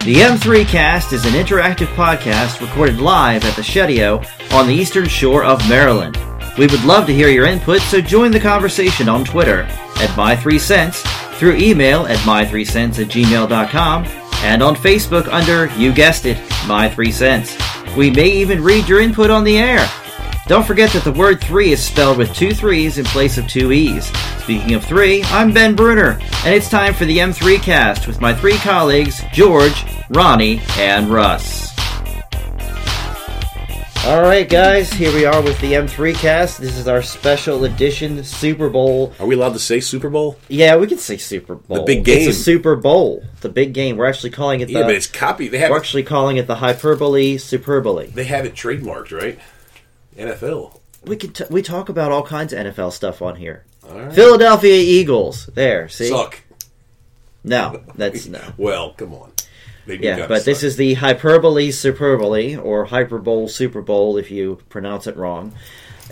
The M3 Cast is an interactive podcast recorded live at the Shedio on the eastern shore of Maryland. We would love to hear your input, so join the conversation on Twitter at My3Cents, through email at My3Cents at gmail.com, and on Facebook under, you guessed it, My3Cents. We may even read your input on the air. Don't forget that the word three is spelled with two threes in place of two E's. Speaking of three, I'm Ben Bruner, and it's time for the M3 cast with my three colleagues, George, Ronnie, and Russ. All right, guys, here we are with the M3 cast. This is our special edition Super Bowl. Are we allowed to say Super Bowl? Yeah, we can say Super Bowl. big game. It's a Super Bowl. The big game. We're actually calling it the. Yeah, but it's copy. They have we're it, actually calling it the hyperbole superbole. they have it trademarked, right? NFL. We could t- we talk about all kinds of NFL stuff on here. All right. Philadelphia Eagles. There, see? Suck. No, that's no. Well, come on. They do Yeah, kinda but this suck. is the hyperbole superbole or hyperbole super bowl if you pronounce it wrong.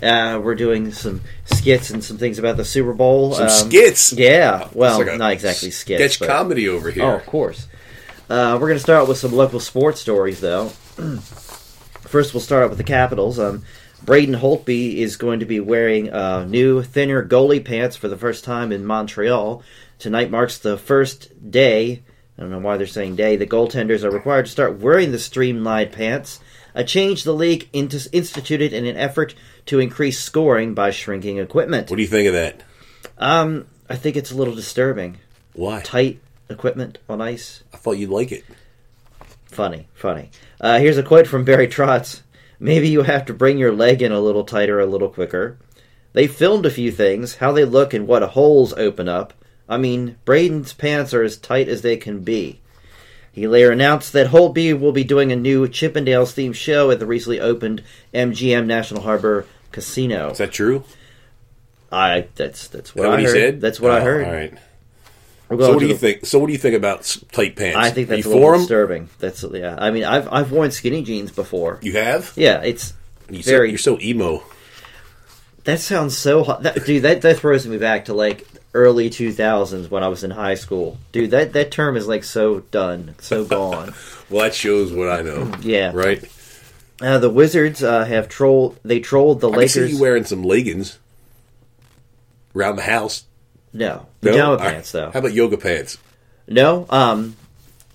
Uh, we're doing some skits and some things about the Super Bowl. some Um, skits. Oh, Yeah, well, It's like a not exactly skits. Sketch but- comedy over here. Oh, of course. Uh, we're going to start out with some local sports stories, though. First, we'll start out with the Capitals. Um, Braden Holtby is going to be wearing uh, new, thinner goalie pants for the first time in Montreal. Tonight marks the first day. I don't know why they're saying day. The goaltenders are required to start wearing the streamlined pants, a change the league int- instituted in an effort to increase scoring by shrinking equipment. What do you think of that? Um, I think it's a little disturbing. Why? Tight equipment on ice. I thought you'd like it. Funny, funny. Uh, here's a quote from Barry Trotz. Maybe you have to bring your leg in a little tighter, a little quicker. They filmed a few things, how they look and what holes open up. I mean, Braden's pants are as tight as they can be. He later announced that Holtby will be doing a new Chippendales themed show at the recently opened MGM National Harbor Casino. Is that true? I that's that's Is what that I what he heard. said? That's what I Oh, heard. All right. We're So going what do to you the- think? So what do you think about s- tight pants? I think Are that's a you little for 'em? disturbing. That's yeah. I mean, I've I've worn skinny jeans before. You have? Yeah, it's You're so- very. you're so emo. That sounds so hot, that, dude. That that throws me back to like early two thousands when I was in high school, dude. That that term is like so done, so gone. Well, that shows what I know. Yeah. Right. uh, the Wizards uh, have trolled. They trolled the I see Lakers. you wearing some leggings around the house. no, No? pajama All right. pants though. How about yoga pants? No, um,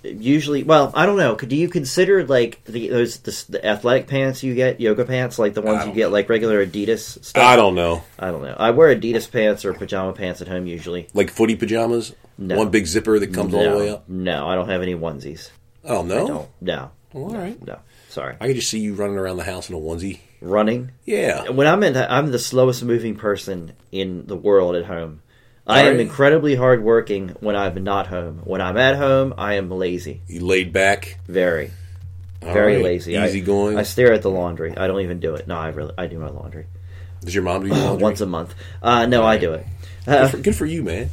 usually. Well, I don't know. Could do you consider like the those the, the athletic pants you get, yoga pants, like the ones you don't- get like regular Adidas stuff? I don't know. I don't know. I wear Adidas pants or pajama pants at home usually. Like footy pajamas? No. One big zipper that comes all the way No, up? no, I don't have any onesies. I don't know. No, no, Well, Oh. all right. no. Sorry. I could just see you running around the house in a onesie. running. Yeah. When I'm in, I'm the slowest moving person in the world at home. I am Alright. incredibly hardworking when I'm not home. When I'm at home, I am lazy, You laid back. very, All very right. lazy. Easy I, going. I stare at the laundry. I don't even do it. No, I really, I do my laundry Does your mom do your laundry? once a month. Uh, no, I do it. good, Uh, for, good for you, man.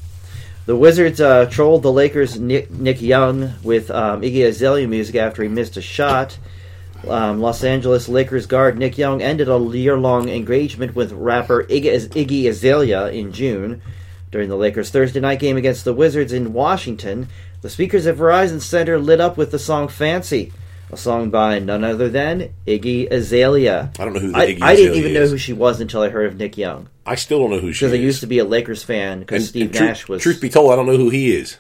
the Wizards uh, trolled the Lakers' Nick, Nick Young with um, Iggy Azalea music after he missed a shot. Um, Los Angeles Lakers guard Nick Young ended a year-long engagement with rapper Iggy, Iggy Azalea in June during the Lakers' Thursday night game against the Wizards in Washington. The speakers at Verizon Center lit up with the song "Fancy," a song by none other than Iggy Azalea. I don't know who the I, Iggy I didn't Azalea even know is. who she was until I heard of Nick Young I still don't know who she because is. I used to be a Lakers fan And- because Steve and truth- Nash was. Truth be told, I don't know who he is.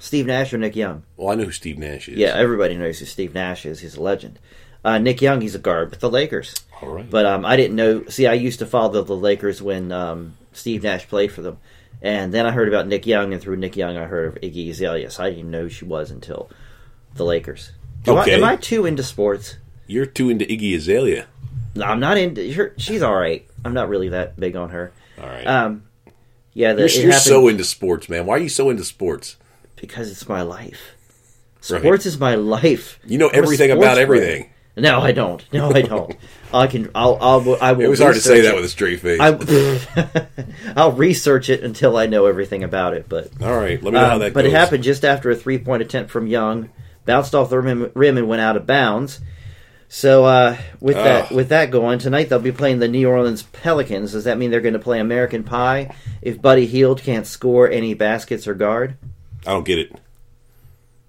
Steve Nash or Nick Young? Well, I know who Steve Nash is. Yeah, everybody knows who Steve Nash is. He's a legend. Uh, Nick Young, he's a guard with the Lakers. All right. But um, I didn't know. See, I used to follow the Lakers when um, Steve Nash played for them, and then I heard about Nick Young, and through Nick Young, I heard of Iggy Azalea. So I didn't know who she was until the Lakers. Do I- Okay. am I too into sports? You're too into Iggy Azalea. No, I'm not into. Her, she's all right. I'm not really that big on her. All right. Um, yeah, the, you're it you're happened so into sports, man. Why are you so into sports? because it's my life. Right. Sports is my life. You know I'm a everything sports about fan. everything. No, I don't. No, I don't. I can. I'll. I'll. I will It was hard to say research that it. with a straight face. I, I'll research it until I know everything about it. But All right. Let me know how um, that but goes. it happened just after a three-point attempt from Young bounced off the rim, rim and went out of bounds. So uh, with that Ugh. with that going tonight, they'll be playing the New Orleans Pelicans. Does that mean they're going to play American Pie if Buddy Heald can't score any baskets or guard? I don't get it.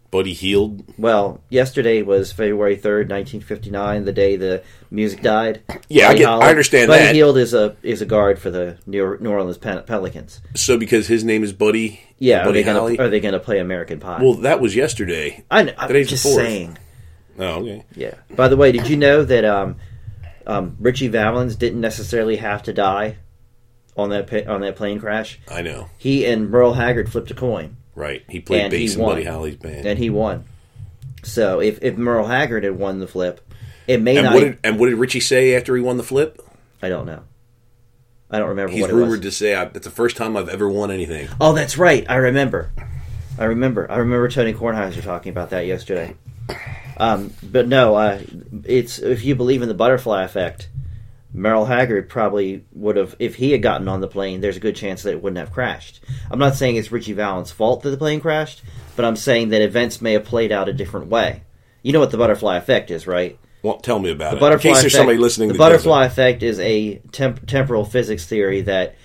Buddy Heald. Well, yesterday was February 3rd, 1959, the day the music died. Yeah, I Buddy get- I understand Buddy that. Heald is a is a guard for the New New Orleans Pel- Pelicans. So because his name is Buddy, Yeah, are Buddy they gonna- Holly. are they going to play American Pie? well, that was yesterday. I, kn- I'm today's the just fourth. saying. Oh, okay. Yeah. By the way, did you know that um, um, Richie Valens didn't necessarily have to die on that pa- on that plane crash? I know. He and Merle Haggard flipped a coin, Right. He played And he bass in won. Buddy Holly's band. and he won. So if, if Merle Haggard had won the flip, it may And not. what did and what did Richie say after he won the flip? I don't know. I don't remember He's what it was. rumored to say, I, "That's the first time I've ever won anything." Oh, that's right. I remember. I remember. I remember Tony Kornheiser talking about that yesterday. Um, but no, uh, it's if you believe in the butterfly effect, Merrill Haggard probably would have if he had gotten on the plane. There's a good chance that it wouldn't have crashed. I'm not saying it's Richie Valens' fault that the plane crashed, but I'm saying that events may have played out a different way. You know what the butterfly effect is, right? Well, tell me about The it. In butterfly case there's effect, somebody listening, the that doesn't. butterfly effect is a temp- temporal physics theory that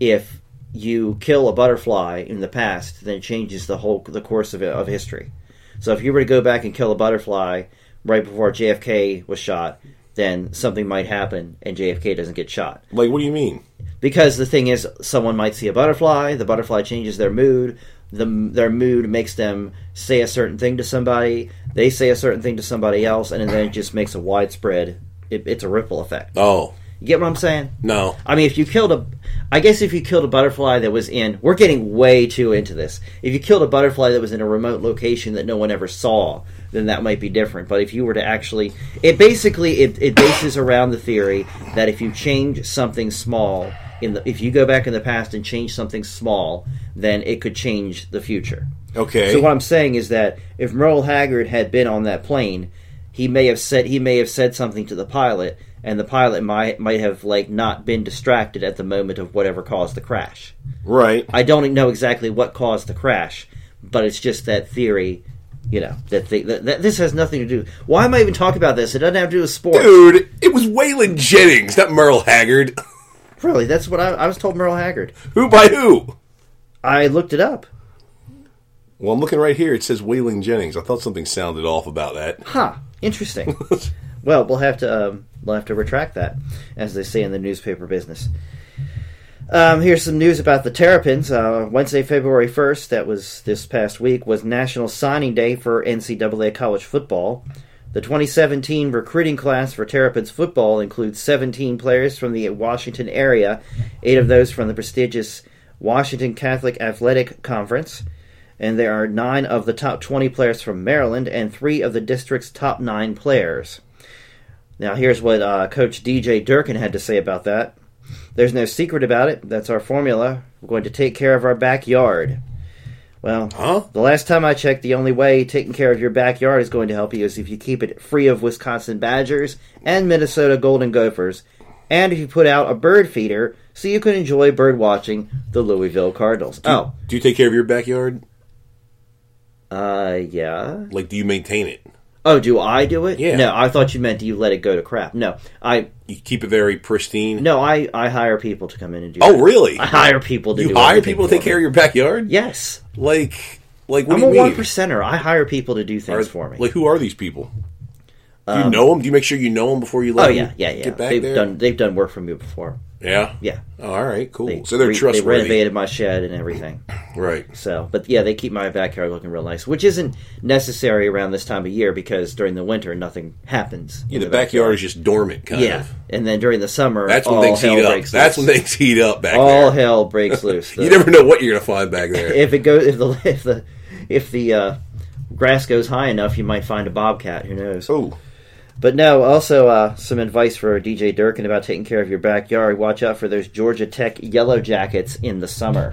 if you kill a butterfly in the past, then it changes the whole the course of, of history. So if you were to go back and kill a butterfly right before JFK was shot, then something might happen and JFK doesn't get shot. Like, what do you mean? Because the thing is, someone might see a butterfly. The butterfly changes their mood. The, their mood makes them say a certain thing to somebody. They say a certain thing to somebody else, and then it just makes a widespread. It, it's a ripple effect. Oh You get what I'm saying? no, I mean, if you killed a, I guess if you killed a butterfly that was in, we're getting way too into this. If you killed a butterfly that was in a remote location that no one ever saw, then that might be different. But if you were to actually, it basically it, it bases around the theory that if you change something small in the, if you go back in the past and change something small, then it could change the future. okay. So what I'm saying is that if Merle Haggard had been on that plane, he may have said he may have said something to the pilot, and the pilot might might have like not been distracted at the moment of whatever caused the crash. right. I don't know exactly what caused the crash, but it's just that theory, you know, that, the, that, that this has nothing to do. Why am I even talking about this? It doesn't have to do with sports. Dude, it was Waylon Jennings, not Merle Haggard. Really, that's what I, I was told. Merle Haggard. who by who? I looked it up. Well, I'm looking right here. It says Waylon Jennings. I thought something sounded off about that. Huh. Interesting. well, we'll have to um, we'll have to retract that, as they say in the newspaper business. Um, here's some news about the Terrapins. Uh, Wednesday, February 1st, that was this past week, was National Signing Day for NCAA college football. The 2017 recruiting class for Terrapins football includes 17 players from the Washington area, eight of those from the prestigious Washington Catholic Athletic Conference, and there are nine of the top 20 players from Maryland and three of the district's top nine players. Now, here's what uh, Coach DJ Durkin had to say about that. There's no secret about it. That's our formula. We're going to take care of our backyard. Well, Huh? the last time I checked, the only way taking care of your backyard is going to help you is if you keep it free of Wisconsin Badgers and Minnesota Golden Gophers, and if you put out a bird feeder so you can enjoy bird watching the Louisville Cardinals. Oh, Do you take care of your backyard? uh, yeah. Like, do you maintain it? Oh, do I do it? Yeah. No, I thought you meant do you let it go to crap. No, I You keep it very pristine. no, I I hire people to come in and do. Oh, that. really? I hire people to. You do hire everything people to for take care me. of your backyard? Yes, Like, like what I'm do a you mean? one percenter. I hire people to do Are- things for me. Um, Like, who are these people? Do you know them? Do you make sure you know them before you oh let 'em yeah, yeah, yeah. get back They've there? done they've done work for me before. yeah? Yeah. Oh, all right, cool. They so they're re- They trustworthy. renovated my shed and everything. Right. So, but yeah, they keep my backyard looking real nice, which isn't necessary around this time of year because during the winter nothing happens. Yeah, in the backyard is just dormant, kind Yeah, of. and then during the summer, That's when all things hell heat up. breaks That's when loose. things heat up back all there. hell breaks loose. The- You never know what you're going to find back there. if it goes if the if the if the uh, grass goes high enough, you might find a bobcat. Who knows? oh, But no, also uh, some advice for DJ Durkin about taking care of your backyard. Watch out for those Georgia Tech yellow jackets in the summer.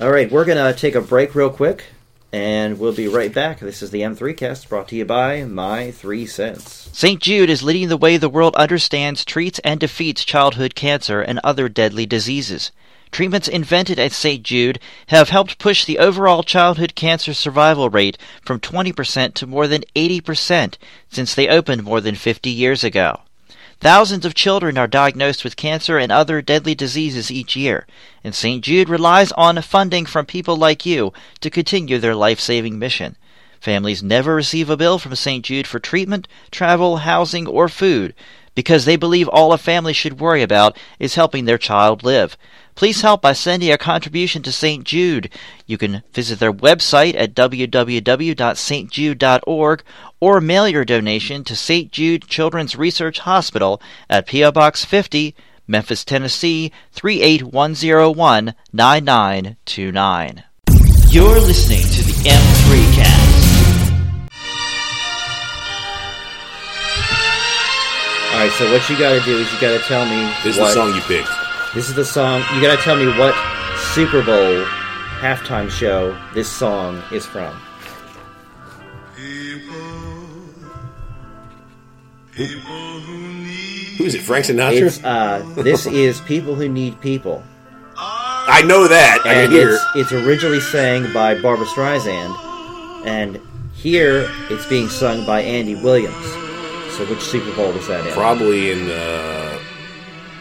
All right, we're gonna take a break real quick, and we'll be right back. This is the M3 Cast, brought to you by My Three Cents. St. Jude is leading the way the world understands, treats, and defeats childhood cancer and other deadly diseases. Treatments invented at St. Jude have helped push the overall childhood cancer survival rate from 20% to more than 80% since they opened more than 50 years ago. Thousands of children are diagnosed with cancer and other deadly diseases each year, and St. Jude relies on funding from people like you to continue their life saving mission. Families never receive a bill from St. Jude for treatment, travel, housing, or food because they believe all a family should worry about is helping their child live. Please help by sending a contribution to St. Jude. You can visit their website at www.stjude.org or mail your donation to St. Jude Children's Research Hospital at P.O. Box 50, Memphis, Tennessee 38101 9929. You're listening to the M3 Cast. All right, so what you got to do is you got to tell me This is what, the song you picked. This is the song. You got to tell me what Super Bowl halftime show this song is from. Who is it? Frank Sinatra? It's uh, this is people who need people, I know that. I can and hear. it's it's originally sang by Barbara Streisand, and here it's being sung by Andy Williams. So which Super Bowl was that in? Probably in the.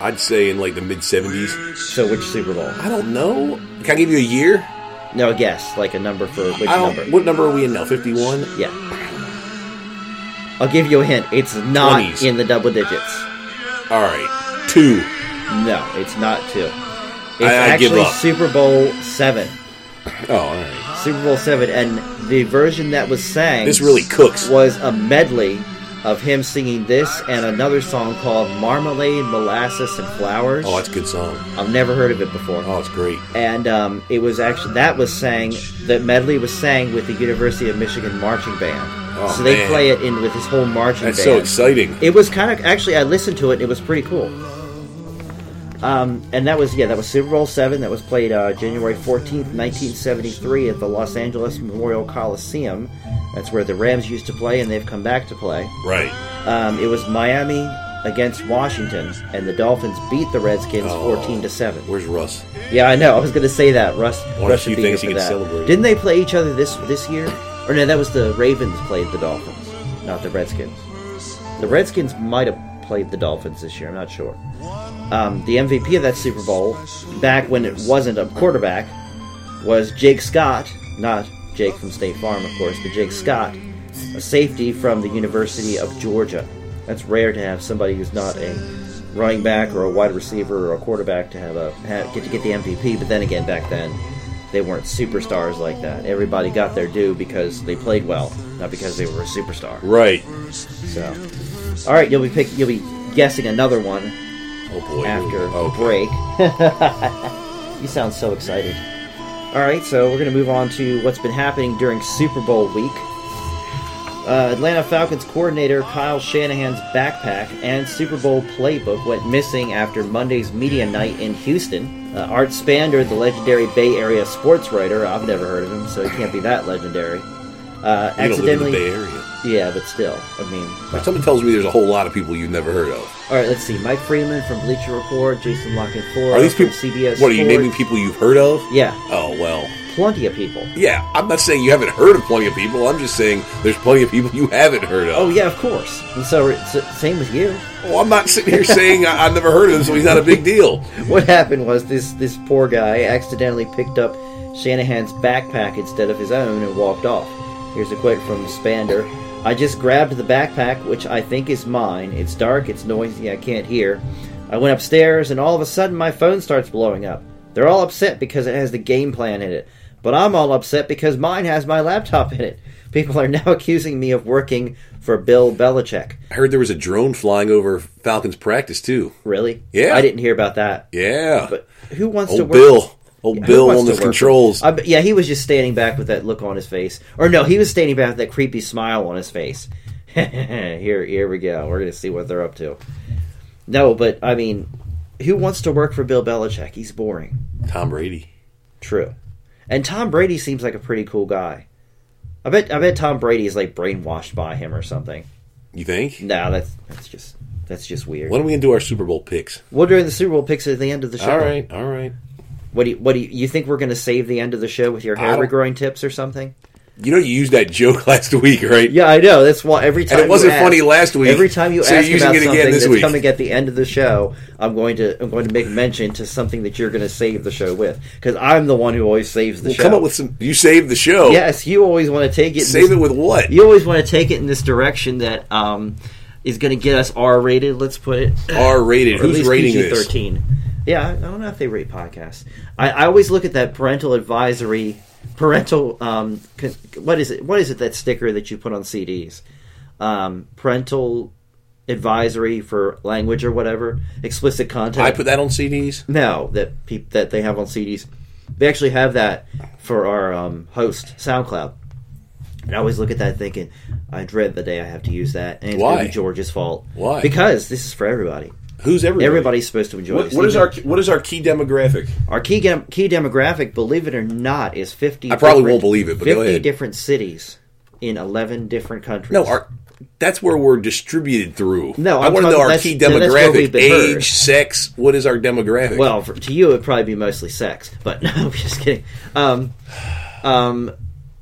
I'd say in like the mid 70s. so which Super Bowl? I don't know. Can I give you a year? No, guess like a number for which I don't, number? What number are we in now? 51? Yeah. I'll give you a hint. It's not 20s. in the double digits. All right. Two. No, it's not two. It's I- I actually give up. Super Bowl seven. Oh, all right. Super Bowl seven, and the version that was sang This really cooks. was a medley of him singing this and another song called "Marmalade, Molasses, and Flowers." Oh, that's a good song. I've never heard of it before. Oh, it's great. And um, it was actually that was sang. The medley was sang with the University of Michigan marching band. Oh, so they man. play it in with his whole marching That's band. so exciting. It was kind of actually I listened to it. and It was pretty cool. Um, and that was yeah, that was Super Bowl seven. That was played uh, January fourteenth, nineteen seventy three, at the Los Angeles Memorial Coliseum. That's where the Rams used to play, and they've come back to play. Right. Um, it was Miami against Washington, and the Dolphins beat the Redskins Oh. fourteen to seven. Where's Russ? Yeah, I know. I was going to say that. Russ, One of Russ should be the few here things he for can that. celebrate. Didn't they play each other this this year? Or no, that was the Ravens played the Dolphins, not the Redskins. The Redskins might have played the Dolphins this year. I'm not sure. Um, the MVP of that Super Bowl, back when it wasn't a quarterback, was Jake Scott, not Jake from State Farm, of course, but Jake Scott, a safety from the University of Georgia. That's rare to have somebody who's not a running back or a wide receiver or a quarterback to have a have, get to get the MVP. But then again, back then they weren't superstars like that. Everybody got their due because they played well, not because they were a superstar. Right. So, all right, you'll be pick, you'll be guessing another one Oh, boy. after Oh, break. you sound so excited. All right, so we're going to move on to what's been happening during Super Bowl week. Uh, Atlanta Falcons coordinator Kyle Shanahan's backpack and Super Bowl playbook went missing after Monday's media night in Houston. Uh, Art Spander, the legendary Bay Area sports writer, I've never heard of him, so he can't be that legendary. Uh, You don't live accidentally, in the Bay Area. yeah, but still, I mean, Somebody tells me there's a whole lot of people you've never heard of. all right, let's see. Mike Freeman from Bleacher Report, Jason Lockenfora Are these from people? CBS. what are you Sports. naming people you've heard of? Yeah, Oh well. plenty of people. Yeah, I'm not saying you haven't heard of plenty of people. I'm just saying there's plenty of people you haven't heard of. Oh yeah, of course. And so it's the same with you. Well, I'm not sitting here saying I, I've never heard of him, so he's not a big deal. What happened was this this poor guy accidentally picked up Shanahan's backpack instead of his own and walked off. Here's a quote from Spander. I just grabbed the backpack, which I think is mine. It's dark, it's noisy, I can't hear. I went upstairs, and all of a sudden my phone starts blowing up. They're all upset because it has the game plan in it. But I'm all upset because mine has my laptop in it. People are now accusing me of working for Bill Belichick. I heard there was a drone flying over Falcons practice too. Really? Yeah. I didn't hear about that. Yeah, But who wants to old work? Bill, old who Bill wants on to the work with- controls. I bet- yeah, he was just standing back with that look on his face, or no, he was standing back with that creepy smile on his face. here, here we go. We're gonna see what they're up to. No, but I mean, who wants to work for Bill Belichick? He's boring. Tom Brady. True. And Tom Brady seems like a pretty cool guy. I bet. I bet Tom Brady is like brainwashed by him or something. You think? No, that's that's just that's just weird. When are we gonna do our Super Bowl picks? Well, during the Super Bowl picks at the end of the show. All right, all right. What do you, what do you, you think we're going to save the end of the show with your hair don't- regrowing tips or something? You know, you used that joke last week, right? Yeah, I know. That's why every time And it wasn't you ask- funny last week. Every time you so ask you're using about it something again this that's week. coming at the end of the show, I'm going to I'm going to make mention to something that you're going to save the show with because I'm the one who always saves the Well, show. come up with some. You saved the show. yes, you always want to take it. in Save this- it with what? You always want to take it in this direction that um, is going to get us R rated. Let's put it R rated. or at Who's least rating PG this? thirteen. Yeah, I I don't know if they rate podcasts. I, I always look at that parental advisory, parental. Um, con- what is it? What is it that sticker that you put on CDs? Um, parental advisory for language or whatever explicit content. I put that on CDs. no that peop, that they have on CDs. They actually have that for our um, host SoundCloud. And I always look at that thinking, I dread the day I have to use that, and it's going Why? to be George's fault. Why? Because this is for everybody. Who's everybody? Everybody's supposed to enjoy What, this. what is Even- our What is our key demographic? our key gam- key demographic? Believe it or not, is fifty. I probably different- won't believe it, but go fifty ahead. different cities in eleven different countries. No, our that's where we're distributed through. No, I I'm want to talking- know our that's- key no, that's where demographic: we've been age, heard. sex. What is our demographic? well, for, to you it'd probably be mostly sex, but no, I'm just kidding. Um, um,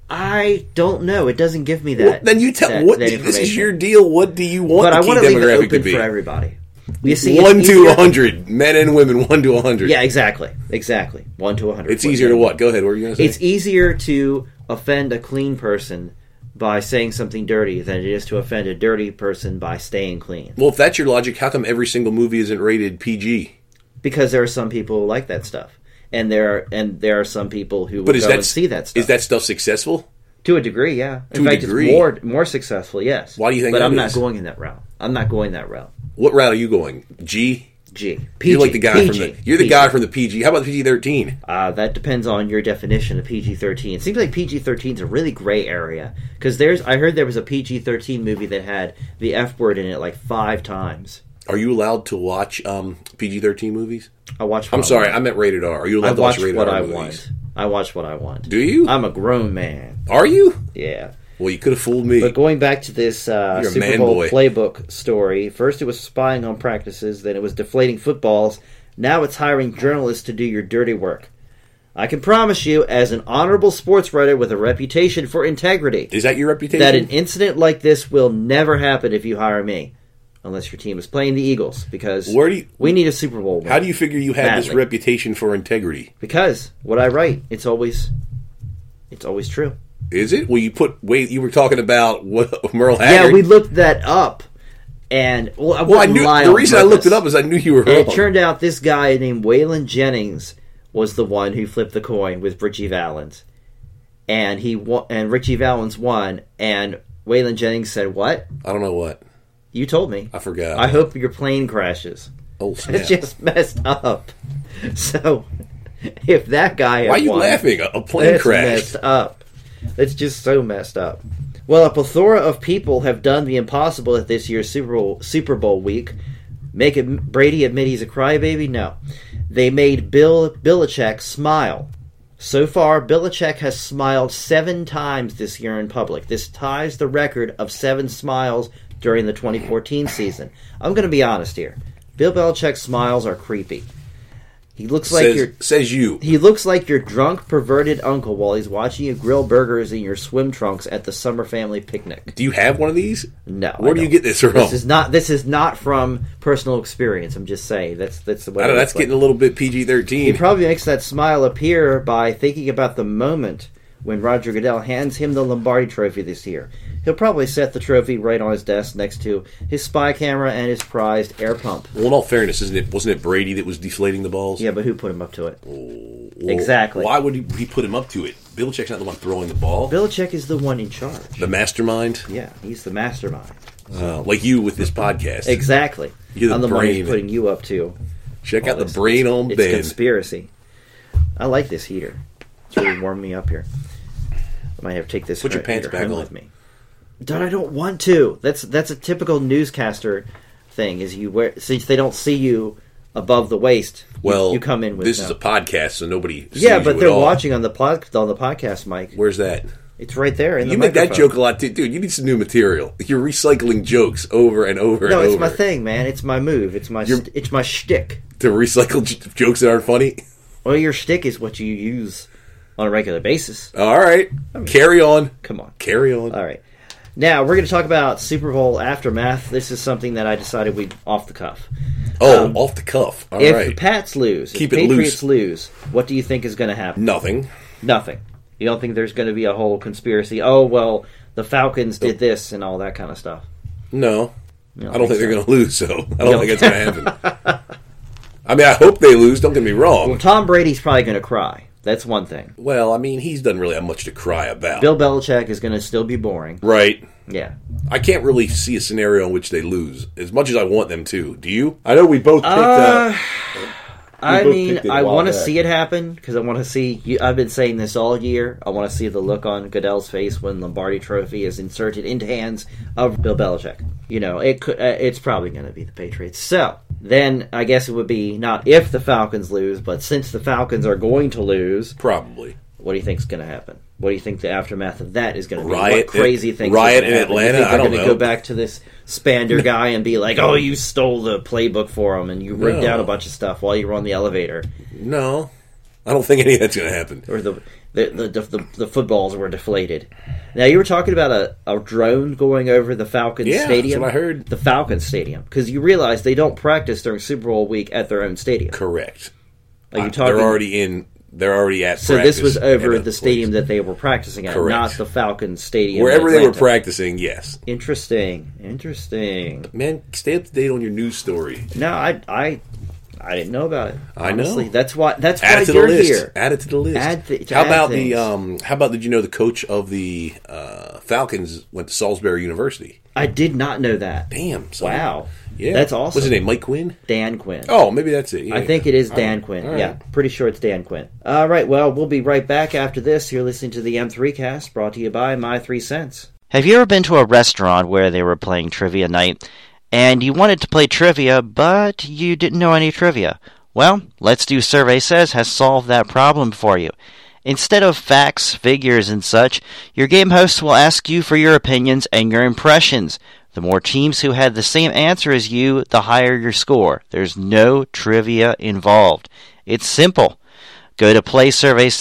I don't know. It doesn't give me that. then you tell that- what that do- this is information. your deal. What do you want But I the want key to leave it demographic open to be? for everybody. You see, one it's to easier- a hundred, men and women, one to a hundred. Yeah, exactly, exactly. One to a hundred. it's easier to what? Go ahead. What were you going to say? It's e easier to offend a clean person by saying something dirty than it is to offend a dirty person by staying clean. well, if that's your logic, how come every single movie isn't rated PG? Because there are some people who like that stuff, and there are, and there are some people who But would is go that and see that stuff is that stuff successful? to a degree. Yeah, in To a fact, degree. it's more more successful. Yes. Why do you think But that I'm not is? going in that route. I'm not going that route. What route are you going? G. G. PG. You're like the guy PG. from the. You're the PG. guy from the PG. How about the PG thirteen? Uh, that depends on your definition of PG-13. It seems like PG-13 is a really gray area because there's. I heard there was a PG-13 movie that had the F word in it like five times. Are you allowed to watch um, PG thirteen movies? I watch. What I'm I sorry, want. I meant rated R. Are you allowed I to watch watch rated Uh, what R I movies? want. I watch what I want. Do you? I'm a grown man. Are you? Yeah. Well, you could have fooled me. But going back to this uh, You're a Super man Bowl boy. playbook story, first it was spying on practices, then it was deflating footballs. Now it's hiring journalists to do your dirty work. I can promise you, as an honorable sports writer with a reputation for integrity, Is that your reputation? that an incident like this will never happen if you hire me, unless your team is playing the Eagles. Because Where do you- we need a Super Bowl. Win. How do you figure you have this Badly. reputation for integrity? Because what I write, it's always, it's always true. Is it? Well, you put. Wait, you were talking about what Merle Haggard. Yeah, we looked that up, and well, I, Well, I wouldn't knew lie the on reason I looked it purpose. up is I knew you were And wrong. it turned out this guy named Waylon Jennings was the one who flipped the coin with Richie Valens, and he won, and Richie Valens won, and Waylon Jennings said, "What? I don't know what. You told me. I forgot. I hope your plane crashes. Oh It's snap! just messed up." So, if that guy, had Why are you won, laughing? A, a plane That's crash. messed up. It's just so messed up. Well, a plethora of people have done the impossible at this year's Super Bowl Super Bowl week. Make it Brady admit he's a crybaby? No. They made Bill Belichick smile. So far, Belichick has smiled seven times this year in public. This ties the record of seven smiles during the 2014 season. I'm going to be honest here. Bill Belichick's smiles are creepy. He looks like says, you're says you. he looks like your drunk, perverted uncle while he's watching you grill burgers in your swim trunks at the summer family picnic. Do you have one of these? No, I Where do you don't. get this from? This is not. This is not from personal experience. I'm just saying that's that's the way. I it don't know. looks That's like. getting a little bit PG He thirteen. probably makes that smile appear by thinking about the moment when Roger Goodell hands him the Lombardi Trophy this year. He'll probably set the trophy right on his desk next to his spy camera and his prized air pump. well, in all fairness, isn't it? Wasn't it Brady that was deflating the balls? Yeah, but who put him up to it? Oh. Well, exactly. Why would he, he put him up to it? Belichick's not the one throwing the ball. Belichick is the one in charge. the mastermind, Yeah, he's the mastermind. uh, like you with this podcast. Exactly. You're the I'm the one brain. who's putting you up to. Check out all the this. brain on It's bed. conspiracy. I like this heater. It's really warming me up here. I might have to take this. Put your pants heater back home on. with me. Dad, I don't want to. That's that's a typical newscaster thing. Is you wear since they don't see you above the waist. you- well, you, come in with this no- is a podcast, so nobody. Sees yeah, but you they're at all. watching on the pod, on the podcast mic. Where's that? It's right there in You the make that microphone. joke a lot, too. dude. You need some new material. You're recycling jokes over and over No, and it's over. my thing, man. It's my move. It's my You're- st- it's my shtick. To recycle j- jokes that aren't funny. Well, your shtick is what you use on a regular basis. All right. Carry on. Come on. Carry on. All right. Now we're going to talk about Super Bowl aftermath. This is something that I decided we off the cuff. oh, off the cuff. All right. Um, if the Pats lose, Keep if it Patriots lose, what do you think is going to happen? Nothing. Nothing. You don't think there's going to be a whole conspiracy? Oh well, the Falcons did this and all that kind of stuff. No. You I don't think so. they're going to lose, so I don't think it's going to happen. I mean, I hope they lose. Don't get me Well, wrong. Tom Brady's probably going to cry. That's one thing. Well, I mean, he's done really have much to cry about. Bill Belichick is going to still be boring. Right. Yeah. I can't really see a scenario in which they lose, as much as I want them to. Do you? I know we both picked Uh, I both mean, picked it a I while want to back. see it happen because I want to see. You, I've been saying this all year. I want to see the look on Goodell's face when Lombardi Trophy is inserted into hands of Bill Belichick. You know, it could. Uh, it's probably going to be the Patriots. So then, I guess it would be not if the Falcons lose, but since the Falcons are going to lose, Probably. what do you think's going to happen? What do you think the aftermath of that is going to be? Riot what in- crazy things? riot are gonna in happen? You Atlanta? Think I they're don't gonna know. go back to this Spander guy and be like, "Oh, you stole the playbook for him, and you wrote No. down a bunch of stuff while you were on the elevator, No. I don't think any of that's going to happen. or the the the, the, the, footballs were deflated." Now you were talking about a, a drone going over the Falcons Yeah, that's stadium. what I heard. The Falcons stadium because you realize they don't practice during Super Bowl week at their own stadium. Correct. Like you Uh, They're talking already in. They're already at. so this was practice over at a the place. stadium that they were practicing at, Correct. not the Falcons stadium. in Wherever they were Atlanta. practicing, yes. Interesting. Interesting. Man, stay up to date on your news story. No, I I I didn't know about it. I honestly. know. That's why that's Add why it to the you're list. here. Add it to the list. Add thi- to how add about things. the um? How about did you know the coach of the uh, Falcons went to Salisbury University? I did not know that. Damn! son. Wow. Yeah, That's awesome. What's his name? Mike Quinn. Dan Quinn. Oh, maybe that's it. Yeah. I think it is Dan Quinn. all right. Yeah, pretty sure it's Dan Quinn. All right, well, we'll be right back after this. You're listening to the M3 cast brought to you by My Three Cents. Have you ever been to a restaurant where they were playing trivia night and you wanted to play trivia, but you didn't know any trivia? Well, Let's Do Survey Says has solved that problem for you. Instead of facts, figures, and such, your game hosts will ask you for your opinions and your impressions. The more teams who had the same answer as you, the higher your score. There's no trivia involved. It's simple. Go to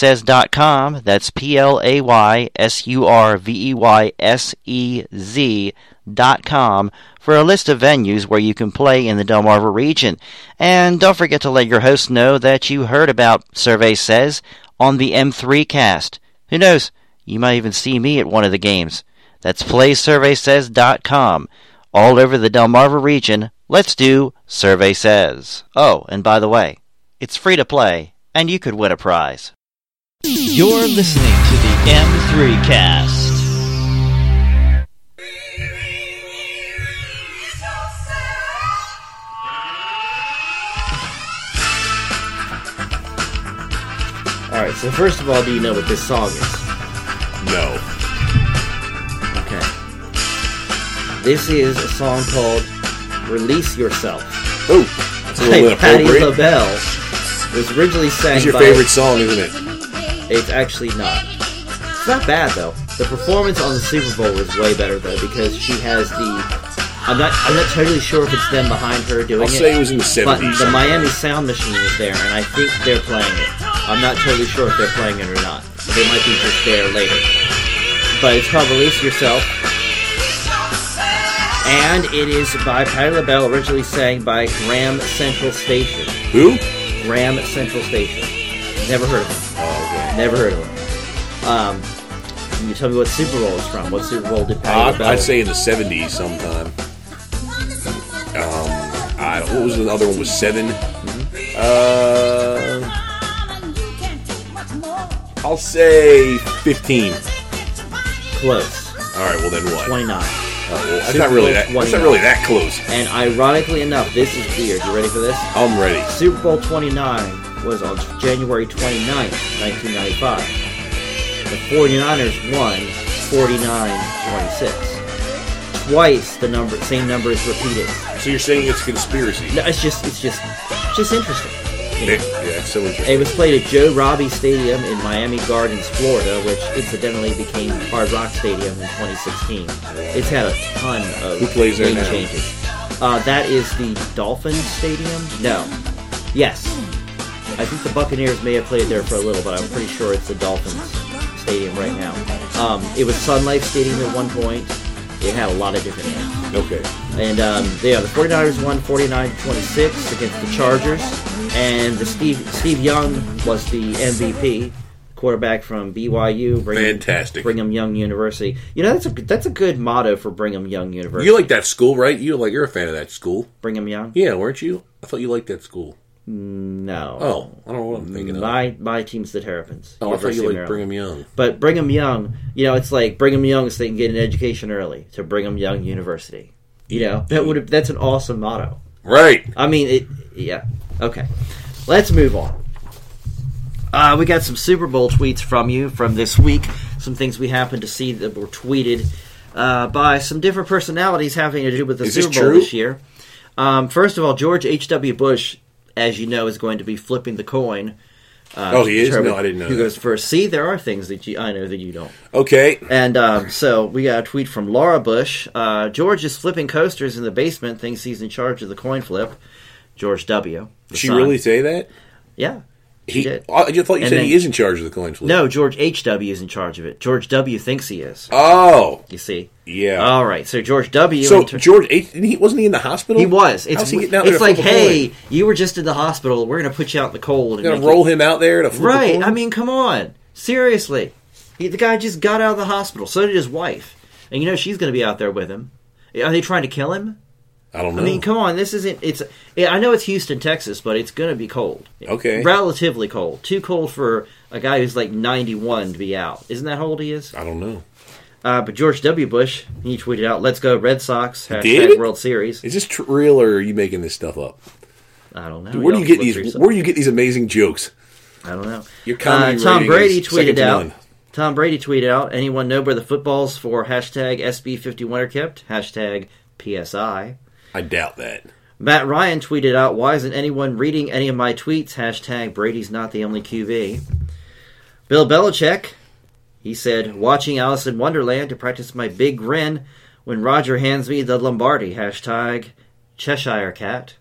playsurveysays.com. That's P L A Y S U R V E Y S E Z dot com for a list of venues where you can play in the Delmarva region. And don't forget to let your host know that you heard about Survey Says on the M3 cast. Who knows? You might even see me at one of the games. That's playsurveysays.com. All over the Delmarva region, let's do Survey Says. Oh, and by the way, it's free to play, and you could win a prize. You're listening to the M3 Cast. All right. So first of all, do you know what this song is? no. Okay. This is a song called "Release Yourself" Oh, that's a by little Patti inappropriate. LaBelle. It was originally sang It's your by. favorite song, isn't it? It's actually not. It's not bad though. The performance on the Super Bowl was way better though because she has the. I'm not. I'm not totally sure if it's them behind her doing I'll it. say it was in the But the seventies. Miami Sound Machine is there, and I think they're playing it. I'm not totally sure if they're playing it or not. They might be just there later. But it's called Release Yourself, and it is by Patti LaBelle, originally sang by Graham Central Station. Who? Graham Central Station. Never heard of him. Oh, okay. Never heard of him. Um, can you tell me what Super Bowl it's from? What Super Bowl did Patti Uh, LaBelle? I'd say in the seventies sometime. Um, I what was the other one? Was 7 Mm-hmm. Uh. I'll say 15. All close. right, well then what? 29. Well, that's not really that. That's not really that close. And ironically enough, this is weird. You ready for this? I'm ready. Super Bowl 29 was on January 29th, 1995. The 49ers won 49-26. Twice the number, same number is repeated. So you're saying it's a conspiracy? No, It's just, it's just, just interesting. Man, yeah, it's so interesting. It was played at Joe Robbie Stadium in Miami Gardens, Florida, which incidentally became Hard Rock Stadium in 2016. It's had a ton of Who plays there name now? changes. Uh, that is the Dolphin Stadium. No, yes, I think the Buccaneers may have played there for a little, but I'm pretty sure it's the Dolphins Stadium right now. Um, it was Sun Life Stadium at one point. It had a lot of different names. Okay. And um, yeah, the 49ers won 49 26 against the Chargers. And the Steve Steve Young was the MVP, quarterback from BYU. Brigham, Fantastic. Brigham Young University. You know, that's a, that's a good motto for Brigham Young University. You like that school, right? You like you're a fan of that school. Brigham Young? Yeah, weren't you? I thought you liked that school. No. Oh, I don't know what I'm thinking of. My, my team's the Terrapins. Oh, I thought University you of liked Maryland. Brigham Young. But Brigham Young, you know, it's like Brigham Young so they can get an education early to Brigham Young University. You know, that would that's an awesome motto. Right. I mean, it. Yeah. Okay. Let's move on. Uh, we got some Super Bowl tweets from you from this week. Some things we happened to see that were tweeted uh, by some different personalities having to do with the Is this Super Bowl true? this year. Um, first of all, George H. W. Bush, as you know, is going to be flipping the coin. Uh, Oh, he is? determine No, I didn't know Who that. goes first? See, there are things that you I know that you don't. Okay. And um, so we got a tweet from Laura Bush. Uh, George is flipping coasters in the basement, thinks he's in charge of the coin flip. George W. the Did she son. really say that? Yeah. He, did. I just thought you And said then- he is in charge of the coin flip. No, George H.W. is in charge of it. George W. thinks he is. Oh, You see? yeah. All right. So George W. so in tur- George, H- didn't he, wasn't he in the hospital? he was. It's, How's he getting out there it's to like, flip a coin? hey, you were just in the hospital. We're going to put you out in the cold. And Gonna make roll you- him out there to flip a Right. coin? I mean, come on. Seriously. He, the guy just got out of the hospital. So did his wife. And you know she's going to be out there with him. Are they trying to kill him? I don't know. I mean, come on, this isn't. It's. Yeah, I know it's Houston, Texas, but it's going to be cold. Okay. Relatively cold. Too cold for a guy who's like 91 to be out. Isn't that how old he is? I don't know. Uh, but George W. Bush, he tweeted out, "Let's go Red Sox." Hashtag did? World Series. Is this tr- real or are you making this stuff up? I don't know. Where Y'all do can you get look for these? yourself. Where do you get these amazing jokes? I don't know. Your comedy Uh, Tom rating Brady is second tweeted to out. none. Tom Brady tweeted out. Anyone know where the footballs for hashtag SB51 are kept? Hashtag PSI. I doubt that. Matt Ryan tweeted out, "Why isn't anyone reading any of my tweets?" Hashtag Brady's not the only QB. Bill Belichick, he said, "Watching Alice in Wonderland to practice my big grin when Roger hands me the Lombardi." Hashtag Cheshire Cat.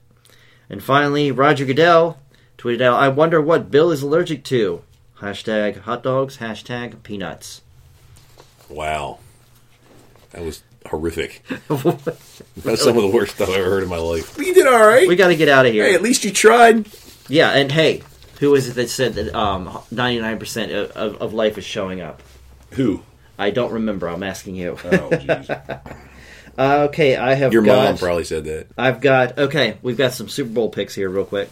And finally, Roger Goodell tweeted out, "I wonder what Bill is allergic to." Hashtag hot dogs. Hashtag peanuts. Wow, that was horrific. That's some of the worst stuff I've ever heard in my life. But you did all right. We got to get out of here. hey, at least you tried. Yeah, and hey, who is it that said that um, 99% of, of, of life is showing up? Who? I don't remember. I'm asking you. Oh, jeez. Uh, okay, I have Your got, mom probably said that. I've got. Okay, we've got some Super Bowl picks here, real quick.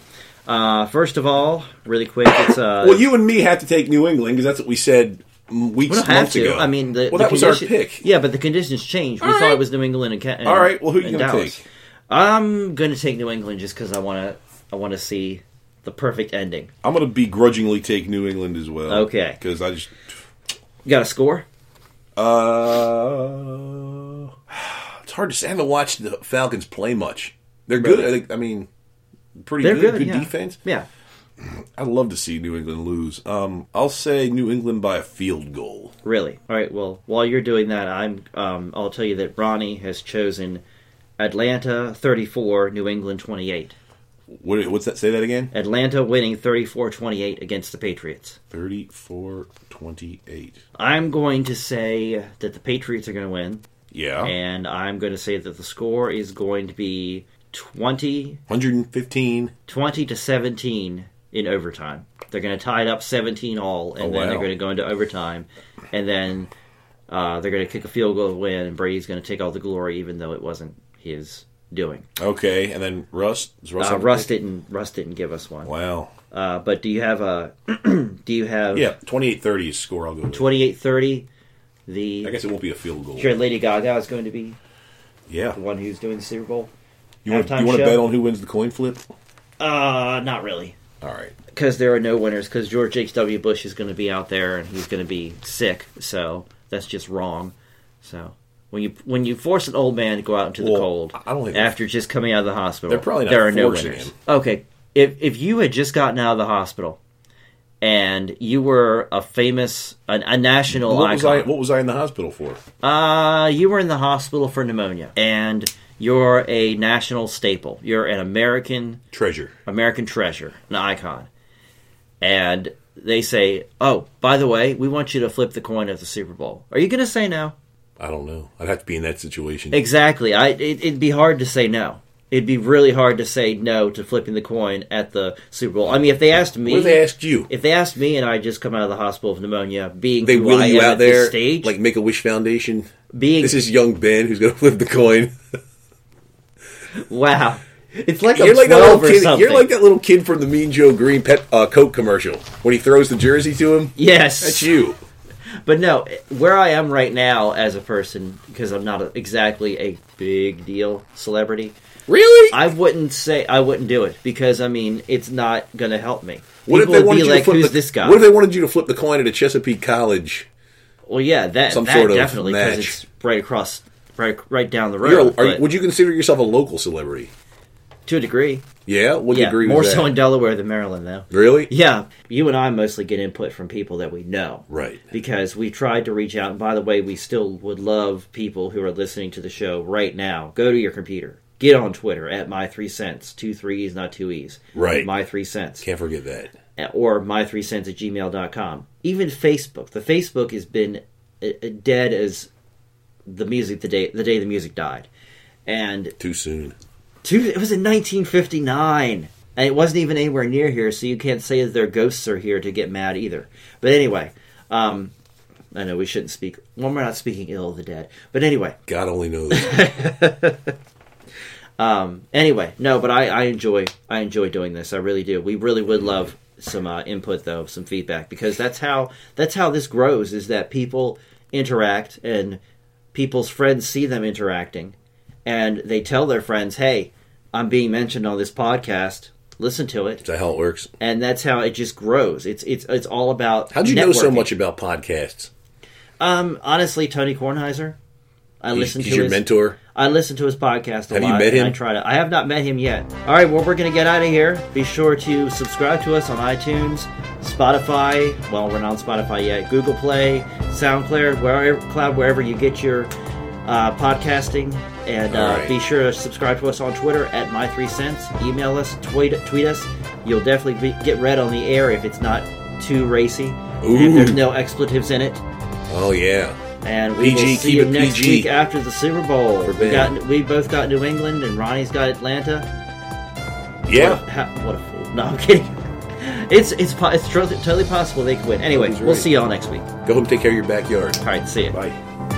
Uh, first of all, really quick, it's uh, Well, you and me have to take New England because that's what we said mm, weeks we don't have months to. ago. I mean, the, well, the that was our condition- pick. Yeah, but the conditions changed. We All thought right. it was New England and, Ca- and All right. Well, who are you and going to Dallas. take? I'm going to take New England just because I want to. I want to see the perfect ending. I'm going to begrudgingly take New England as well. Okay. Because I just. You got a score? Uh, it's hard to say. I haven't watched the Falcons play much. They're good. Really? I, think, I mean, pretty They're good. good. Good yeah. defense. Yeah. I'd love to see New England lose. Um, I'll say New England by a field goal. Really? All right. Well, while you're doing that, I'm. Um, I'll tell you that Ronnie has chosen Atlanta 34, New England 28. What, what's that? Say that again. Atlanta winning 34-28 against the Patriots. 34-28. I'm going to say that the Patriots are going to win, Yeah. and I'm going to say that the score is going to be 20, 115. 20 to 17 in overtime. They're going to tie it up 17 all, and Oh, then they're wow. going to go into overtime, and then uh, they're going to kick a field goal to win, and Brady's going to take all the glory, even though it wasn't his doing. Okay. And then Russ. Is Russ, Uh, on the Russ pick? didn't. Russ didn't give us one. Wow. Uh, but do you have a? do you have? Yeah. 28-30 is score. I'll go with. Twenty-eight thirty. I The guess it won't be a field goal. sure Lady Gaga is going to be Yeah. the one who's doing the Super Bowl. You want to halftime you want to show. bet on who wins the coin flip? Uh, not really, All right. because there are no winners. Because George H. W. Bush is going to be out there and he's going to be sick, so that's just wrong. So when you when you force an old man to go out into the Well, cold I don't think- after just coming out of the hospital, They're probably not there are no forcing winners. him. Okay, if if you had just gotten out of the hospital and you were a famous an, a national What was icon, I? What was I in the hospital for? Uh, you were in the hospital for pneumonia, and you're a national staple. You're an American Treasure. American treasure, an icon. and they say, "Oh, by the way, we want you to flip the coin of the Super Bowl." Are you going to say no? I don't know. I'd have to be in that situation. Exactly. I it, it'd be hard to say no. It'd be really hard to say no to flipping the coin at the Super Bowl. I mean, if they asked me, What if they asked you? if they asked me, and I just come out of the hospital with pneumonia, being They who wheel I you am out at this there, stage, like Make a Wish Foundation. being This is young Ben who's going to flip the coin. wow, it's like You're I'm like that 12 little or kid. something. You're like that little kid from the Mean Joe Green pet uh, Coke commercial when he throws the jersey to him. yes, That's you. But no, where I am right now as a person, because I'm not a, exactly a big deal celebrity, Really? I wouldn't say I wouldn't do it because I mean it's not going to help me. what if People they would wanted be you like, to flip "Who's the, this guy?" What if they wanted you to flip the coin at a Chesapeake College? well, yeah, that, some that sort of definitely because match? it's right across, right, right down the road. You're a, are, you- but would you consider yourself a local celebrity? to a degree, Yeah, would you yeah, agree more with that? so in Delaware than Maryland, though. really? Yeah, you and I mostly get input from people that we know. Right. Because we tried to reach out. And by the way, we still would love people who are listening to the show right now. Go to your computer. Get on Twitter at my three cents. Two threes, not two e's. Right. My three cents. Can't forget that. Or my three cents at gmail.com. Even Facebook. The Facebook has been uh, uh, dead as the music the day the day the music died. And Too soon. Dude, it was in 1959. And it wasn't even anywhere near here, so you can't say that their ghosts are here to get mad either. But anyway, um, I know we shouldn't speak. Well, we're not speaking ill of the dead. But anyway, God only knows. anyway, no. But I, I enjoy, I enjoy doing this. I really do. We really would love some uh, input, though, some feedback, because that's how that's how this grows. Is that people interact and people's friends see them interacting, and they tell their friends, "Hey, I'm being mentioned on this podcast. Listen to it." Is that how it works? and that's how it just grows. It's it's it's all about How'd you know so networking. much about podcasts? Um, honestly, Tony Kornheiser, I listen He's to your his mentor. I listen to his podcast a Have you lot. met and I him? try to. I have not met him yet. All right, well, we're gonna get out of here. Be sure to subscribe to us on iTunes, Spotify. Well, we're not on Spotify yet. Google Play, SoundCloud, wherever, cloud, wherever you get your uh, podcasting. And All uh, right. be sure to subscribe to us on Twitter at my three cents. Email us, tweet, tweet us. You'll definitely be, get read on the air if it's not too racy. and If Ooh. there's no expletives in it. Oh yeah. And we PG, will see keep you it next PG. week after the Super Bowl. For we Ben. got we both got New England, and Ronnie's got Atlanta. Yeah. What a, ha- what a fool! No, I'm kidding. It's it's po- it's tro- totally possible they could win. Anyway, He's we'll right. see y'all next week. Go home and take care of your backyard. All right, see ya. Bye.